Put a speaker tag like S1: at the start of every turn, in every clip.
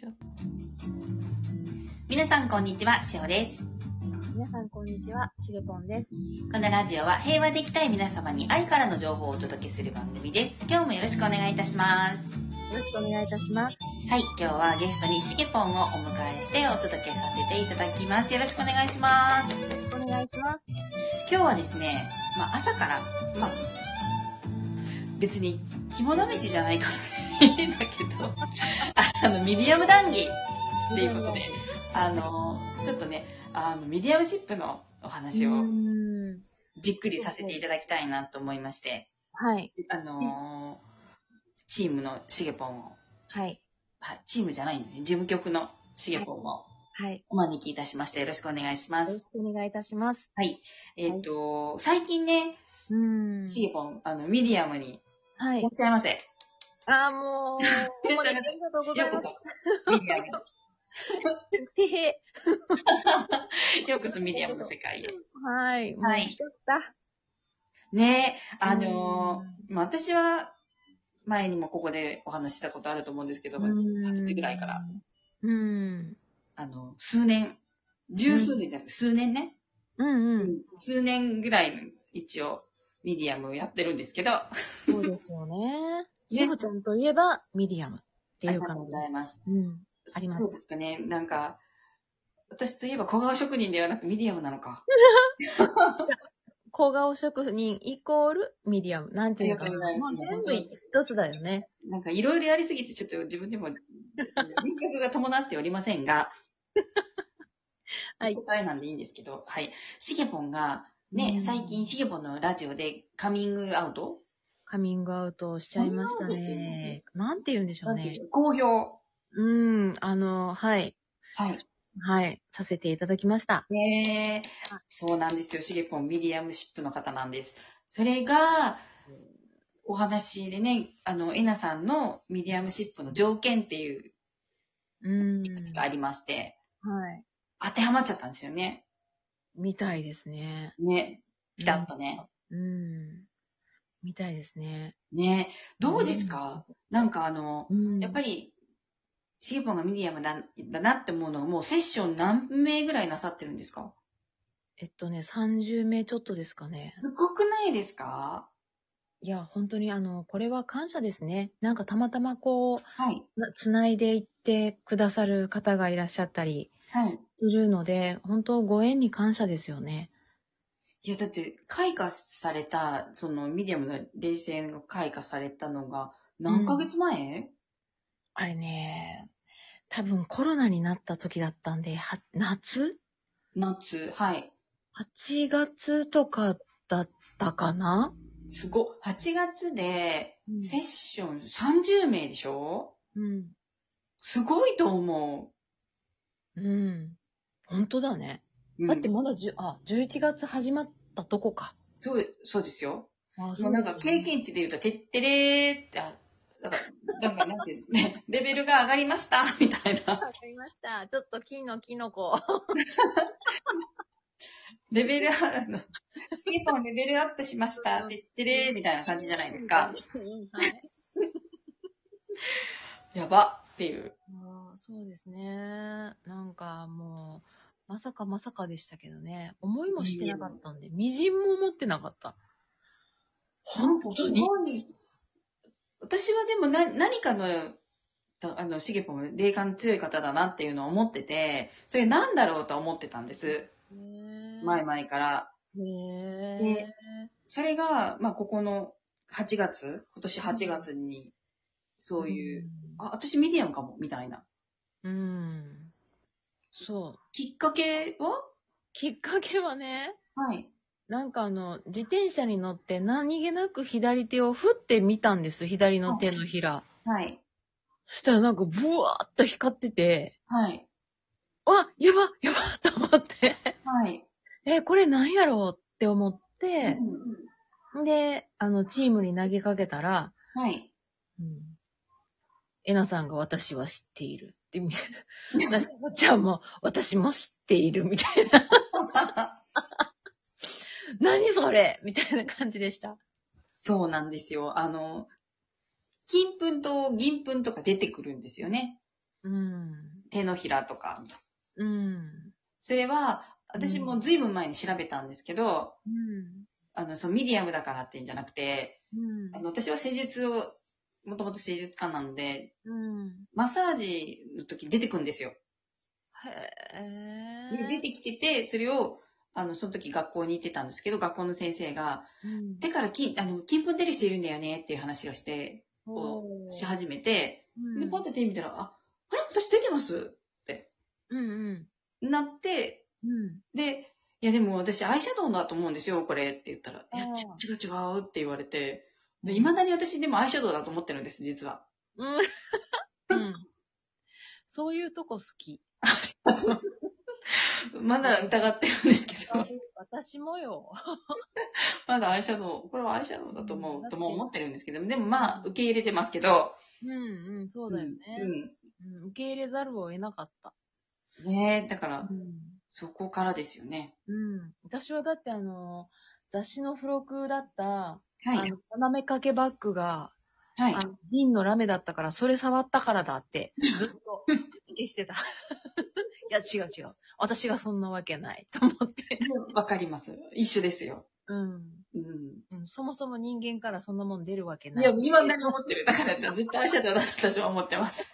S1: ちゃった。皆さん、こんにちは。しおです。
S2: 皆さん、こんにちは。しげぽんです。
S1: このラジオは平和でいきたい皆様に愛からの情報をお届けする番組です。今日もよろしくお願いいたします。
S2: よろしくお願いいたします。
S1: はい、今日はゲストにしげぽんをお迎えしてお届けさせていただきます。よろしくお願いします。
S2: お願いします。
S1: 今日はですね、まあ、朝から、まあ、別に肝試しじゃないからいいんだけど、 あの、ミディアム談義っていうことで、あの、ちょっとね、あの、ミディアムシップのお話
S2: うー
S1: を
S2: ん。
S1: じっくりさせていただきたいなと思いまして、
S2: はい。
S1: あのーチームのしげぽんを、
S2: はい。
S1: はい、チームじゃないんでね、事務局のしげぽんを
S2: はい。
S1: お招きいたしまして、よろしくお願いしま
S2: よろ
S1: す
S2: し。くお願いいたします。
S1: はい。えっ、と、最近ね、
S2: うーん。
S1: しげぽん、あの、ミディアムに
S2: はいい
S1: らっ。しゃいませ。
S2: あー、もう、
S1: い らっしゃい
S2: ありがとうござ
S1: よ
S2: いうま
S1: こそ、ミディアム
S2: す。てへ。
S1: に。ようこそミディアムの 世界へ。
S2: はい。
S1: はい
S2: もうよかった。
S1: ねえ、あのーまあ、私は、前にもここでお話ししたことあると思うんですけど、
S2: う
S1: 8ぐらいから。
S2: うーん。
S1: あの、数年、十数年じゃなくて数年ね、
S2: うんうん。
S1: 数年ぐらいの一応、ミディアムをやってるんですけど、あ
S2: そうですよね。しほちゃんといえば、ミディアムってい
S1: り
S2: う
S1: がと
S2: 感
S1: うございます。
S2: じ。うん。あります
S1: そうですかね、なんか、私といえば小顔職人ではなくミディアムなのか。
S2: 小顔職人イコールミディアム。なんていうのか
S1: ありがとうござ
S2: もう
S1: います
S2: 全部一つだよね。
S1: なんかいろいろやりすぎて、ちょっと自分でも人格が伴っておりませんが、
S2: はい
S1: 答えなんでいいんですけど、はい。シゲポンが、ね、
S2: うん
S1: 最近シゲポンのラジオでカミングアウト
S2: カミングアウトしちゃいましたね。なんて言うんでしょうね。
S1: 好評。
S2: うん、あの、はい、
S1: はい。
S2: はい、させていただきました。
S1: ねえ
S2: は、
S1: そうなんですよ。シゲポンミディアムシップの方なんです。それが、お話でね、あの、エナさんのミディアムシップの条件っていう
S2: うん。
S1: が
S2: は
S1: あ
S2: い。
S1: りまして、当てはまっちゃったんですよね。
S2: みたいですね。
S1: ね。ピタッとね。
S2: うん。みたいですね。
S1: ねどうですか、なんかあの、
S2: うん。
S1: やっぱ
S2: り、
S1: り、シゲポンがミディアムだだなって思うのが、もうセッション何名ぐらいなさってるんですか
S2: えっとね、30名ちょっとですかね。
S1: すごくないですか
S2: いや、本当にあの、これは感謝ですね。なんかたまたまこ
S1: はい。
S2: う、なつないでいってくださる方がいらっしゃったり
S1: はい。
S2: するので、本当ご縁に感謝ですよね。
S1: いや、だって、開花された、その、ミディアムの冷戦が開花されたのが、何ヶ月前、
S2: あれね、多分コロナになった時だったんで、は夏
S1: 夏。はい。
S2: ?8 月とかだったかな
S1: すごっ。8月で
S2: う、ん
S1: セッション30名でしょ
S2: うん。
S1: すごいと思
S2: うん。本当だね。
S1: う。うん
S2: だってまだじゅあ、11月始まったとこか。
S1: そう、そうですよ。
S2: あ
S1: もうなんか、経験値で言うと、てってれーって、あ、だから、なんか、なんていうのね、 レベルが上がりました、みたいな。
S2: わかりました。ちょっと金のキノコ。
S1: レベルアッ プ、スケポンレベルアップしました、てってれー、みたいな感じじゃないですか。
S2: うん。はい。
S1: やばっていう。
S2: あーそうですね。なんかもう、まさかまさかでしたけどね。思いもしてなかったんで、みじんも思ってなかった。
S1: なんかすごい。私はでもな何かの、だあの、しげぽん霊感強い方だなっていうのを思ってて、それなんだろうと思ってたんです。前
S2: 前。
S1: 々から。
S2: へ
S1: で
S2: え。
S1: それが、まあ、ここの8月、今年8月に、そういう、あ、私ミディアムかも、みたいな。
S2: うん。うん。そう。
S1: きっかけは
S2: きっかけはね、
S1: はい。
S2: なんかあの、自転車に乗って何気なく左手を振ってみたんです。左の手のひら。
S1: はい。
S2: そしたらなんかブワーッと光ってて、
S1: はい。
S2: わ、やばやばと思って、
S1: はい。
S2: え、これなんやろうって思って、
S1: うん
S2: で、あの、チームに投げかけたら、
S1: はい。
S2: うん。えなさんが私は知っているって、みなしこちゃんも私も知っているみたいな。何それみたいな感じでした。
S1: そうなんですよ。あの、金粉と銀粉とか出てくるんですよね。
S2: うん。
S1: 手のひらとか。
S2: うん。
S1: それは、私もずいぶん前に調べたんですけど、
S2: うん。
S1: あの、そのミディアムだからっていうんじゃなくて、
S2: うん
S1: あの、私は施術を、もともと施術家なんで、
S2: うん。
S1: マッサージの時出てくるんですよ。
S2: へ
S1: で
S2: え。
S1: 出てきてて、それを、あの、その時学校に行ってたんですけど、学校の先生が、
S2: うん
S1: 手から金、あの、金粉出る人いるんだよねっていう話をして、をし始めて、
S2: うん
S1: で、ポッて手見たら、あ、あれ私出てます
S2: うんうん。
S1: なって、
S2: うん。
S1: で、いやでも私アイシャドウだと思うんですよ、これって言ったら、いや、
S2: あー
S1: ち違う違うって言われて、で、未だに私でもアイシャドウだと思ってるんです、実は。
S2: うん。うん。そういうとこ好き。
S1: まだ疑ってるんですけど、
S2: 私もよ。
S1: まだアイシャドウ、これはアイシャドウだと思
S2: うん
S1: う、とも思ってるんですけど、でもまあ、受け入れてますけど、
S2: うんうん、そうだよね。
S1: う
S2: うん受け入れざるを得なかった。
S1: ん。ねえ、だから、
S2: うん。
S1: そこからですよね。
S2: うん。私はだってあの、雑誌の付録だった、
S1: は
S2: あ
S1: い。
S2: の、斜め掛けバッグが、
S1: はい
S2: あ。の、銀のラメだったから、それ触ったからだって、ずっと、打ち消してた。い や、違う違う。私がそんなわけない。と思って。
S1: わかります。一緒ですよ。
S2: うん。
S1: うん。
S2: うん、そもそも人間からそんなもん出るわけない
S1: い。や、今だに思ってる。だから、絶対アイシャドウだと私は思ってます。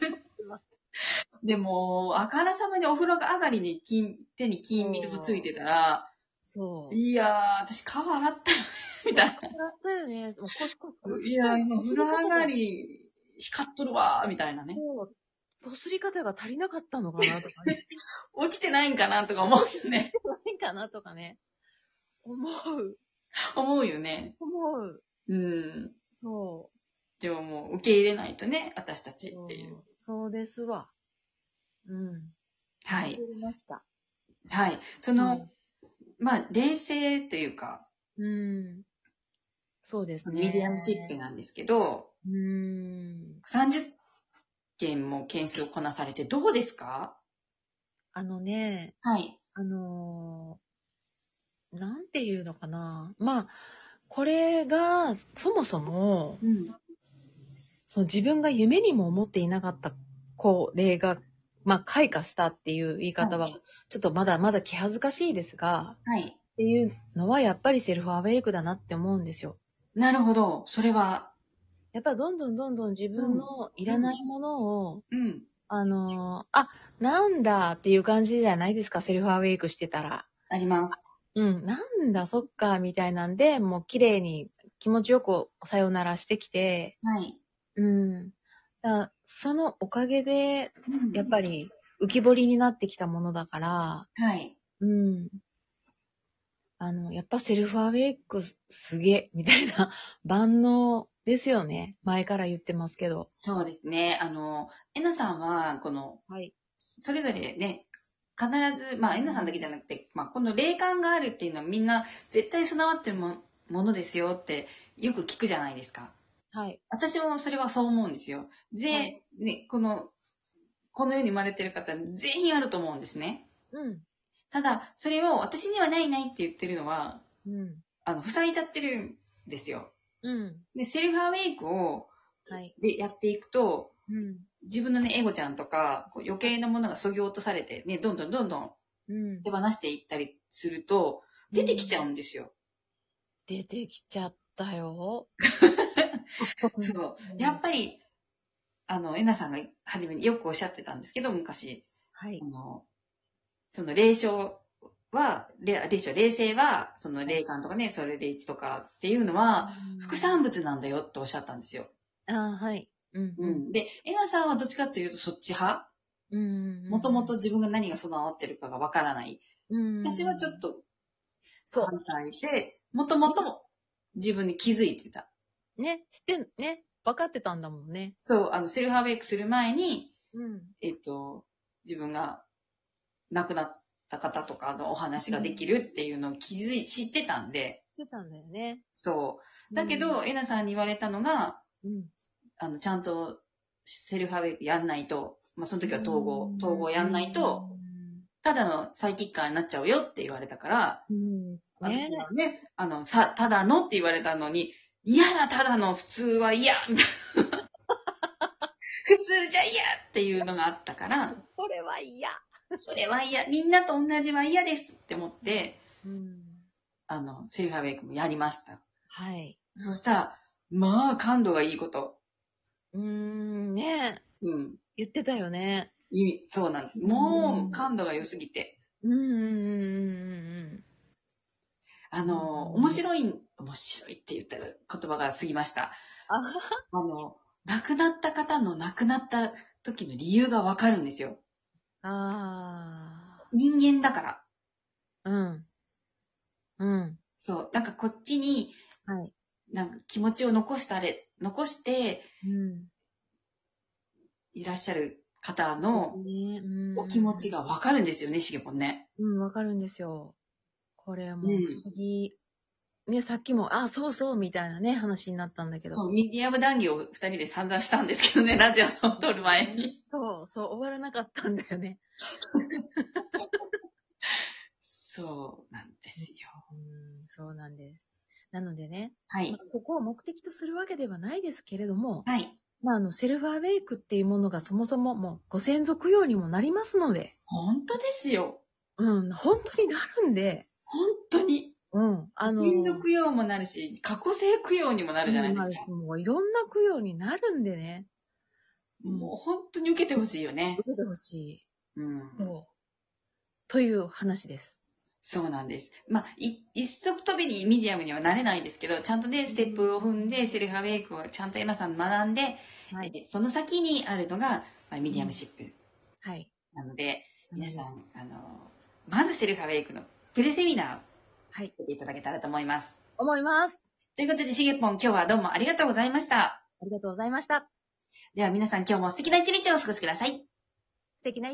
S1: でも、あからさまにお風呂上がりに金、手に金ミルがついてたら、
S2: そう。
S1: いやー、私顔洗ったよね、 みたいな。
S2: だよね。もう腰こ
S1: いやー、今、お風呂上がり、光っとるわー、みたいなね。
S2: そうこすり方が足りなかったのかなとかね。
S1: 落ちてないんかな、とか思うよ ね。
S2: ないかなとかね。思う。
S1: 思うよね。
S2: 思う。
S1: うん。
S2: そ
S1: でももう、受け入れないとね、私た
S2: う。
S1: ちっていう。
S2: そうですわ。うん。
S1: はい
S2: わか。りました。
S1: はい。その、まあ、冷静というか、
S2: うん、うん。そうですね。
S1: ミディアムシップなんですけど、
S2: うーん。
S1: 30件も件数をこなされてどうですか
S2: あのね、
S1: はい。
S2: あのーなんていうのかな。まあ、これが、そもそも、
S1: うん。
S2: その自分が夢にも思っていなかったこう例が、まあ、開花したっていう言い方は、ちょっとまだまだ気恥ずかしいですが、
S1: はい。
S2: っていうのはやっぱりセルフアウェイクだなって思うんですよ。
S1: なるほど。それは、
S2: やっぱどんどんどんどん自分のいらないものを、
S1: うん。
S2: あのーあ、なんだっていう感じじゃないですか、セルフアウェイクしてたら。
S1: あります。
S2: うん、なんだ、そっか、みたいなんで、もう綺麗に気持ちよくさよならしてきて、
S1: はい。
S2: うん。だからそのおかげで、
S1: うん
S2: やっぱり浮き彫りになってきたものだから、
S1: はい。
S2: うん。あの、やっぱセルフアウェイクすげえ、みたいな 万能ですよね。前から言ってますけど。
S1: そうですね。あの、えなさんは、この、
S2: はい。
S1: それぞれね、必ず、まあ、えなさんだけじゃなくて、まあ、この霊感があるっていうのはみんな絶対備わってるもものですよってよく聞くじゃないですか。
S2: はい。
S1: 私もそれはそう思うんですよ。で、
S2: はい
S1: ね、この、この世に生まれてる方、全員あると思うんですね。
S2: うん。
S1: ただ、それを私にはないないって言ってるのは、
S2: うん。
S1: あの、塞いじゃってるんですよ。
S2: うん。
S1: で、セルフアウェイクを、
S2: はい。
S1: で、やっていくと、
S2: うん。
S1: 自分のね、エゴちゃんとか、こう余計なものがそぎ落とされて、ね、どんどんどんどん
S2: うん
S1: 手。放していったりすると、出てきちゃうんですよ。
S2: 出てきちゃった よ。
S1: そう。やっぱり、あの、えなさんが初めによくおっしゃってたんですけど、昔。
S2: はい
S1: あ。の、その霊障は、霊霊障、霊性は、その霊感とかね、それで一とかっていうのは、副産物なんだよっておっしゃったんですよ。
S2: あーはい。うん。
S1: う。ん。で、エナさんはどっちかというとそっち派
S2: うん。
S1: もともと、自分が何が備わってるかがわからない。
S2: うん。
S1: 私はちょっと
S2: そ
S1: 反対で、もともと自分に気づいてた。
S2: う。ね、して、ね、分かってたんだもんね。
S1: そう、あの、セルフアウェイクする前に、
S2: うん。
S1: えっと、自分が亡くなった方とかのお話ができるっていうのを気づい、知ってたんで、
S2: してたんだよね。
S1: そう。だけど、えなさんに言われたのが、
S2: うん、
S1: あの、ちゃんとセルフアウェイクやんないと、まあ、その時は統合、統合やんないと、ただのサイキッカーになっちゃうよって言われたから、
S2: うん、ね
S1: 私はね、あの、さ、ただのって言わ れたのに、嫌だ、ただの、普通は嫌、みたいな。普通じゃ嫌っていうのがあったから、
S2: これは嫌。
S1: それは嫌、みんなと同じは嫌ですって思って、
S2: うん。
S1: あの、セルフアウェイクもやりました。
S2: はい。
S1: そしたら、まあ、感度がいいこと。
S2: うーん、ね
S1: うん。
S2: 言ってたよね。
S1: いいそうなんです。
S2: う
S1: も
S2: ん
S1: う、感度が良すぎて。
S2: うん、うん、うん、
S1: あの、面白い、面白いって言ったら言葉が過ぎました。
S2: あはは
S1: あの、亡くなった方の亡くなった時の理由がわかるんですよ。
S2: あ
S1: 人間だから。
S2: ー。うん。うん。
S1: そう。なんかこっちに、
S2: はい。
S1: なんか気持ちを残したれ、残して
S2: うん。
S1: いらっしゃる方の
S2: ね、うん
S1: お気持ちがわかるんですよね、しげぽんね。
S2: うん、わかるんですよ。これも
S1: うん
S2: 次、ね、さっきも、あ、そうそう、みたいなね、話になったんだけど。
S1: そう、ミディアム談義を二人で散々したんですけどね、ラジオの撮る前に。
S2: そう、そう、終わらなかったんだよね。
S1: そうなんですよ。
S2: うん、そうなんです。なのでね、
S1: はい
S2: ま。あここを目的とするわけではないですけれども、
S1: はい。
S2: まあ、あの、セルフアウェイクっていうものがそもそももうご先祖供養にもなりますので、
S1: 本当ですよ。
S2: うん、本当になるんで、
S1: 本当に。
S2: うん、あの、
S1: 民族供養もなるし、過去性供養にもなるじゃない
S2: なる
S1: です
S2: し
S1: か。
S2: もういろんな供養になるんでね、うん
S1: もう本当に受けてほしいよね。
S2: 受けてほし
S1: うん
S2: い。。そう。という話です。
S1: そうなんです。まあ、い一足飛びにミディアムにはなれないんですけど、ちゃんとね、ステップを踏んで、セルフアウェイクをちゃんとエマさん学んで、
S2: は
S1: えその先にあるのが、まあ、ミディアムシップ
S2: はい。
S1: なので、皆さん、あの、まずセルフアウェイクのプレセミナーを
S2: はい。
S1: 受けていただけたらと思います。
S2: 思います。
S1: ということで、しげぽん今日はどうもありがとうございました。
S2: ありがとうございました。
S1: では皆さん今日も素敵な一日をお過ごしください。
S2: 素敵な